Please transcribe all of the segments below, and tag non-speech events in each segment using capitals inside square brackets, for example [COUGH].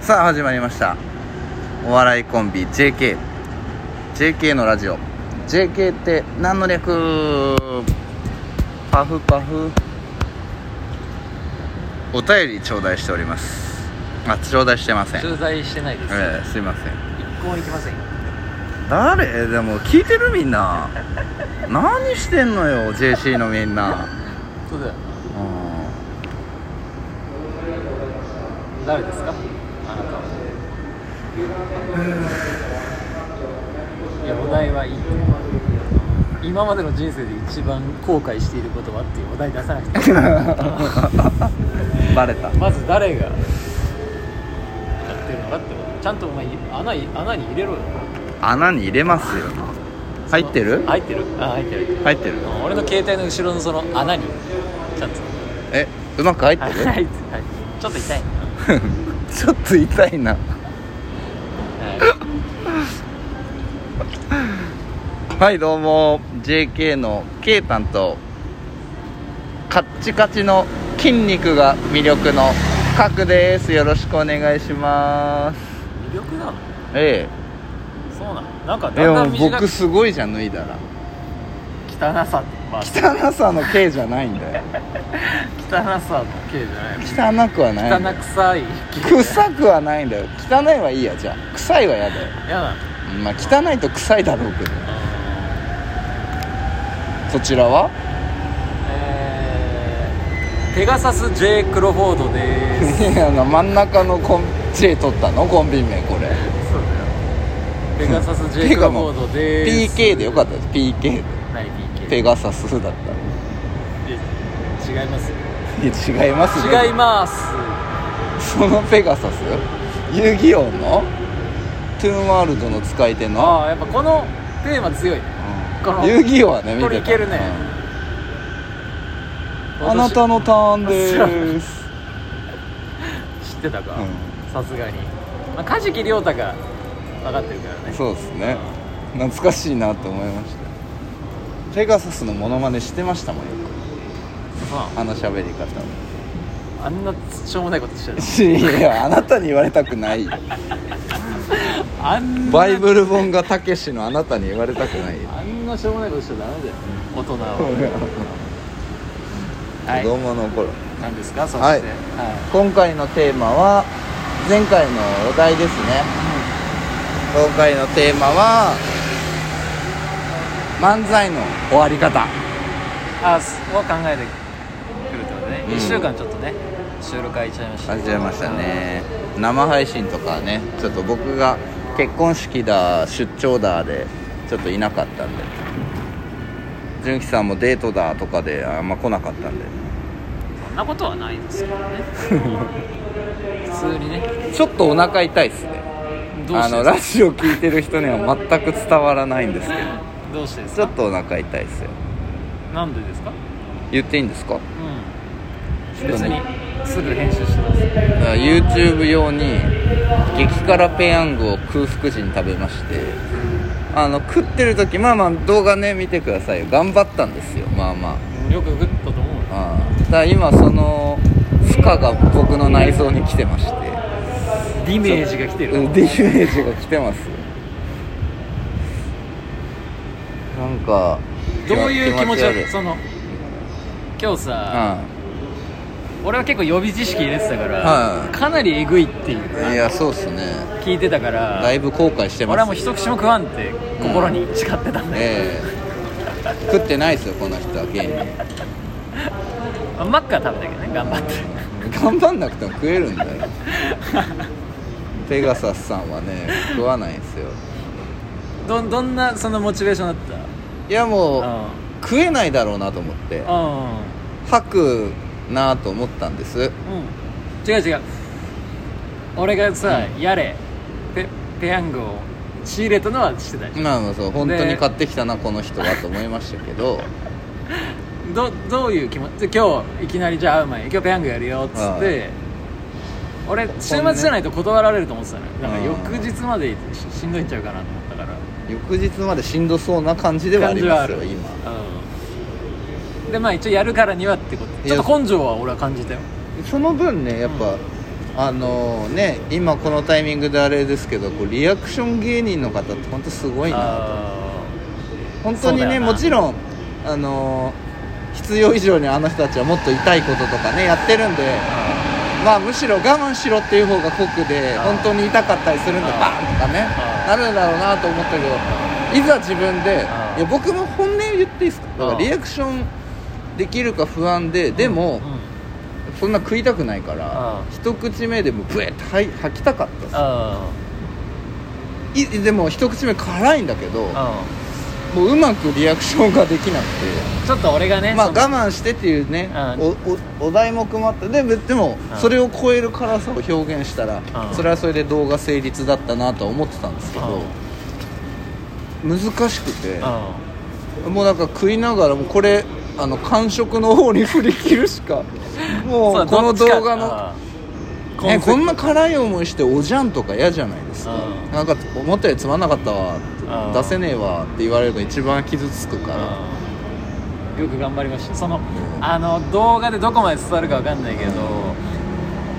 さあ始まりましたお笑いコンビ JKJK のラジオ JK って何の略パフパフお便り頂戴しておりますあ頂戴してません、駐在してないです、えー、すいません一向行きませんよ誰でも聞いてるみんな何してんのよ JC のみんなそうだよなうん誰ですかあなたはいやお題はいい今までの人生で一番後悔していることはっていうお題出さなく [LAUGHS] てバレたまず誰がやってるのかってことちゃんとお前穴い穴に入れろよ穴に入れますよ入ってる入ってるあ入ってる入ってる俺の携帯の後ろのその穴にちゃんとえうまく入ってはいる、はいちょっと痛いな [LAUGHS] ちょっと痛いな [LAUGHS] ははいどうも JK の K 担当カッチカチの筋肉が魅力のカクですよろしくお願いしますい魅力なのえそうなのなんかえでだんだもん短く僕すごいじゃん脱いだら汚さまあ汚さの K じゃないんだよ汚さの系じゃない汚くはないんだ汚よくさい臭くはないんだよ汚いはいいやじゃあ臭いは嫌だよ嫌なのまあ汚いと臭いだろうけどそちらはえーペガサス J クロフォードで [LAUGHS] すいやあの真ん中のコン J 取ったのコンビ名これそうだよペガサス J ペクガロもフォードで PK でよかったたです PK で何 PK ペガサスだった違いますいや違いますね違いますそのペガサス遊戯王のトゥーンワールドの使い手のああやっぱこのテーマ強いねこの遊戯王はね見てたこれいけるねうんあなた私のターンでーす知ってたかうんさすがにまあ梶木亮太が分かってるからねそうですね懐かしいなって思いましたペガサスのモノマネしてましたもんよまくあの喋り方 [LAUGHS] ああんなしょうもないことしてるいやあなたに言われたくないよあんなバイブル本がたけしのあなたに言われたくないよあんなしょうもないことしちゃダメだよ大人ははい子供の頃何ですかそしてははいい、今回のテーマは前回のお題ですね今回のテーマは漫才の終わり方あすを考えてくるってことね、うん一1週間ちょっとね収録空いちゃいました始めましたね生配信とかねちょっと僕が結婚式だ出張だでちょっといなかったんで純喜さんもデートだとかであんま来なかったんでそんなことはないですけど [LAUGHS] ね普通にねちょっとお腹痛いっすねどうあしてのでラジオ聞いてる人には全く伝わらないんですけどすかどうしてですちょかっとお腹痛いっすよなんでですか言っていいんですかうんょっ別とねにすぐ編集してますだから YouTube 用に激辛ペヤングを空腹時に食べましてあの食ってる時まあまあ動画ね見てくださいよ頑張ったんですよまあまあよくグッとと思うああだから今その負荷が僕の内臓に来てましてディメージが来てうるんディメージが来てますよなんかどういう気持ち悪いをその今日さ、うん俺は結構予備知識入れてたから、はいかなりえぐいっていういやそうっすね聞いてたからだいぶ後悔してます俺はもう一口も食わんって心に誓ってたんだけええ食ってないですよこの人は芸人ど、まあマックは食べたけどね頑張って頑張んなくても食えるんだよペガサスさんはね食わないんですよどんどんなそのモチベーションだっいやもう、た食えないだろうなと思ってう吐くなと思ったんですんうん、うん、違う違う俺がさ、やれペペヤングを仕入れたのは知ってたよまあまあそう本当に買ってきたなこの人はと思いましたけどどどういう気持ちで今日いきなりじゃあ会う前に今日ペヤングやるよっつはっいて俺週末じゃないと断られると思ってたのよだから翌日までししんどいんちゃうかなと思ったから翌日までしんどそうな感じではありますよ感じ今はあるうんでまあ一応やるからにはってことちょっと根性は俺は感じたよその分ねやっぱ、あのね今このタイミングであれですけどこうリアクション芸人の方って本当すごいなあ本当にそうだねよなもちろんあの必要以上にあの人たちはもっと痛いこととかねやってるんでーあまあむしろ我慢しろっていう方が酷であー本当に痛かったりするんであーバーンとかねあなーるんだろうなと思ったけどいざ自分であーいや僕も本音言っていいですかだからあーリアクションできるか不安でーでも、うんそんな食いたくないからあー一口目でもブエッて吐い吐きたかったですあいでも一口目辛いんだけどーあもううまくリアクションができなくーちょっと俺がてねまあその我慢してっていうねうんおおお題目もあってでぶでもうんそれを超える辛さを表現したらうんそれはそれで動画成立だったなとは思ってたんですけど難しくてあもうなんか食いながらもうこれあの感触の方に振り切るしかーもそうこのどっちか動画のあーね、こんなコンセプ辛い思いしておじゃんとか嫌じゃないですかうんなんか思ったよりつまんなかったわうん出せねえわって言われるの一番傷つくトかあーよく頑張りましたそのあの動画でどこまで伝わるかわかんないけど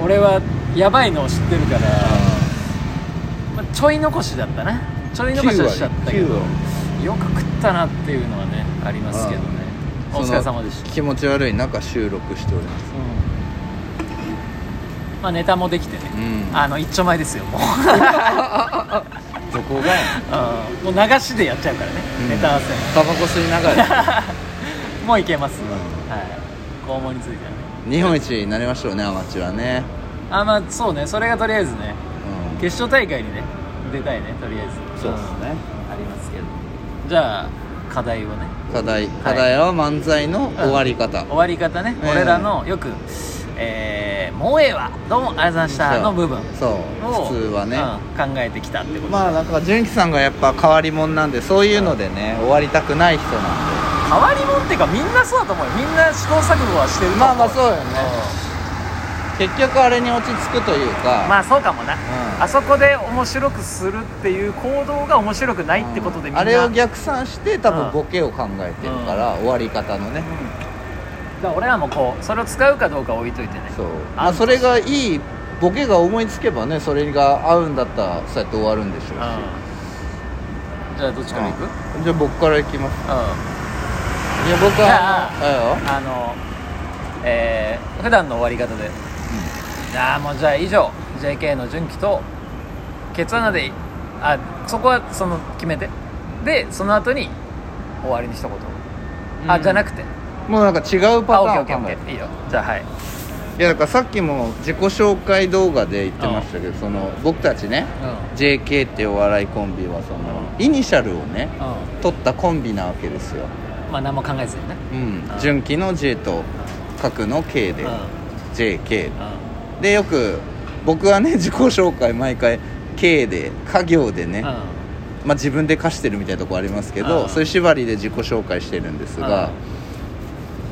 俺はやばいのを知ってるから、まあ、ちょい残しだったなちょい残しはしちゃったけ9ど割よく食ったなっていうのはねありますけどねらお疲れ様でしそたの気持ち悪い中収録しておりますうんまあネタもできてね、うんあの一丁前ですよもうどこがやうんもう流しでやっちゃうからね、うんネタ合わせタバコ吸いながら [LAUGHS] もういけます、んはい肛門についてはね日本一になりましょうねアマチュアね、あまあそうねそれがとりあえずねうん、決勝大会にね出たいねとりあえずそうですねありますけどじゃあ課題をね課題課題は漫才の終わり方、終わり方ね、うん俺らのよく「えー、もうええわどうもありがとうございました」の部分をそう普通はね、うん考えてきたってこと、まあなんか純喜さんがやっぱ変わり者なんでそういうのでね終わりたくない人なんで変わり者っていうかみんなそうだと思うよみんな試行錯誤はしてると思うまあまあそうよねう結局あれに落ち着くというか、んまあそうかもな、んあそこで面白くするっていう行動が面白くないってことでみんな、あれを逆算して多う分んボケを考えてるから、終わり方のねうんだから俺らもこうそれを使うかどうか置いといてねそうあまあそれがいいボケが思いつけばねそれが合うんだったらそうやって終わるんでしょうし、うんじゃあどっちから行く、うんうんじゃあ僕からいきますいや僕じはゃあのあれよあのえー、普段の終わり方で、ああもうじゃあ以上 JK の純喜とケツ穴であそこはその決めてでその後に終わりに一言、あじゃなくてもうなんか違うあパオッケターオッケーーンをオッ考ケえてーいいよじゃあはいいやだからさっきも自己紹介動画で言ってましたけどその僕たちね JK っていうお笑いコンビはそのイニシャルをねう取ったコンビなわけですよ、ん、まあ何も考えずにねうんうん、純喜の J と角の K でうん JK でよく僕はね [LAUGHS] 自己紹介毎回 K で家業でね、うんうんまあ、自分で貸してるみたいなとこありますけど、うんそういう縛りで自己紹介してるんですが、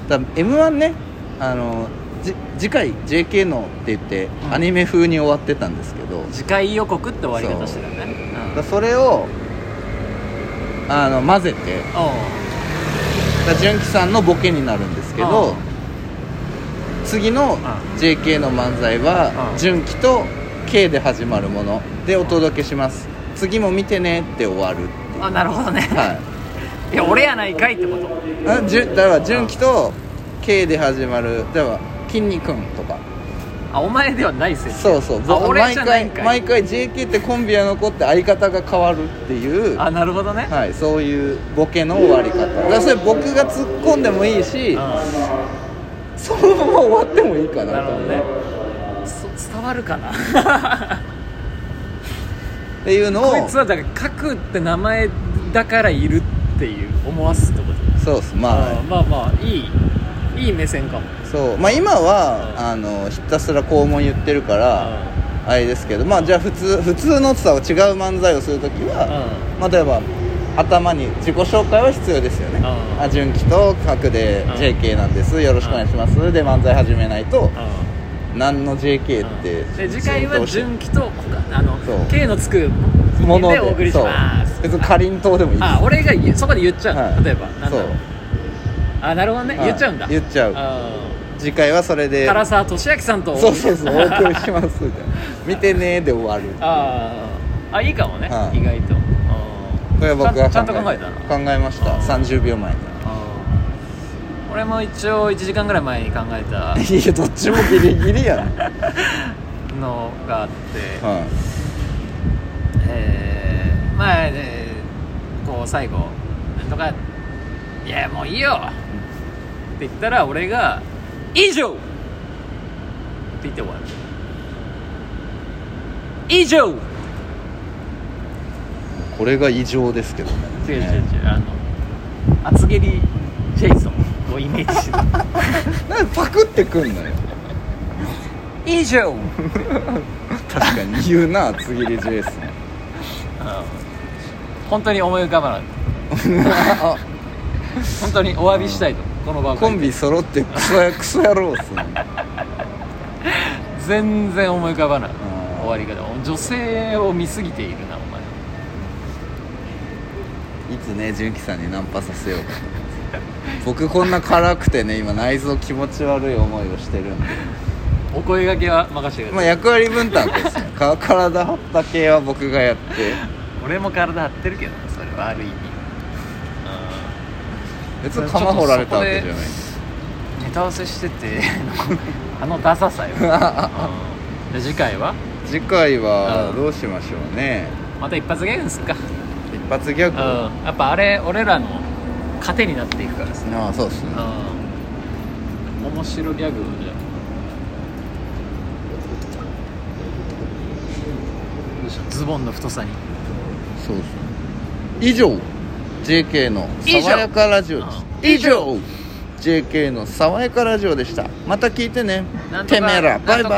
だ m 1ねあのじ次回 JK のって言ってうんアニメ風に終わってたんですけど、次回予告って終わり方してたよねうんだそれをあの混ぜておうだ純喜さんのボケになるんですけど、うん次のん JK の漫才はうん純喜と K で始まるものでお届けします次も見てねって終わるあなるほどね、はいい、や俺やないかいってことあじゅだから純喜と K で始まるだから筋肉んとかあお前ではないせいそうそうあ俺毎じゃな回いんかい毎回 JK ってコンビは残って相方が変わるっていうあなるほどね、はい、そういうボケの終わり方だからそれ僕が突っ込んでもいいしうそのまま終わってもいいかん、ななるとほど思うねそ伝わるかな [LAUGHS] っていうのをこいつはだから「くって名前だからいるっていう思わすってことそうっすあまーまあまあいいいい目線かもあそうまあ今はあのひたすら肛門言ってるからあれですけどまあじゃあ普通普通のさを違う漫才をするときうんはまあ例えば頭に自己紹介は必要ですよねうんあ純喜と角でうん JK なんですよろしくお願いしますで漫才始めないと何の JK っうんてで次回は純喜とあのそう K のつくものでお送りします別にかりんとうでもいいですあ俺が言うそこで言っちゃうの、はい例えばなんだそろううあなるほどね、はい言っちゃうんだ言っちゃうあー次回はそれで唐沢俊明さんとそうそうそうお送りしますみたいな見てねーで終わる [LAUGHS] あーあいいかもね、はい意外とこれは僕がちゃんちゃんと考えた考えましたあー30秒 [LAUGHS] 前にうん俺も一応1時間ぐらい前に考えたいやどっちもギリギリやなのがあって、はえーまあ、ね、こう最後なんとか「いやもういいよ」って言ったら俺が「以上!」って言って終わる以上いこれが異常ですけどね違う違う違うあの厚切りジェイソンをイメージしてなんかパクってくんのよ以上確かに言うな厚切りジ [LAUGHS] ェイソン本当に思い浮かばないあ本当にお詫びしたいと、この番組コンビ揃ってクソやクソ野郎っすね全然思い浮かばないん終わり方女性を見すぎているなおい前つね純喜さんにナンパさせようかと思って僕こんな辛くてね今内臓気持ち悪い思いをしてるんでお声掛けは任せてくだまあさい、役割分担ですねか体張った系は僕がやって俺も体張ってるけどなそれはある意味別に釜掘られたわけじゃないネタ合わせしててあのダサさよ、うんじゃあ次回は次回はうんどうしましょうねまた一発ギャグすっか、一発ギャうん、グあやっぱあれ俺らの糧になっていくからさ、あそうですねうん、面白ギャグをじゃあよいしょズボンの太さにそうですね以上 JK の爽やかラジオです以以上上 JK の爽やかラジオでしたまた聞いてねなんとてかめえらバイバイ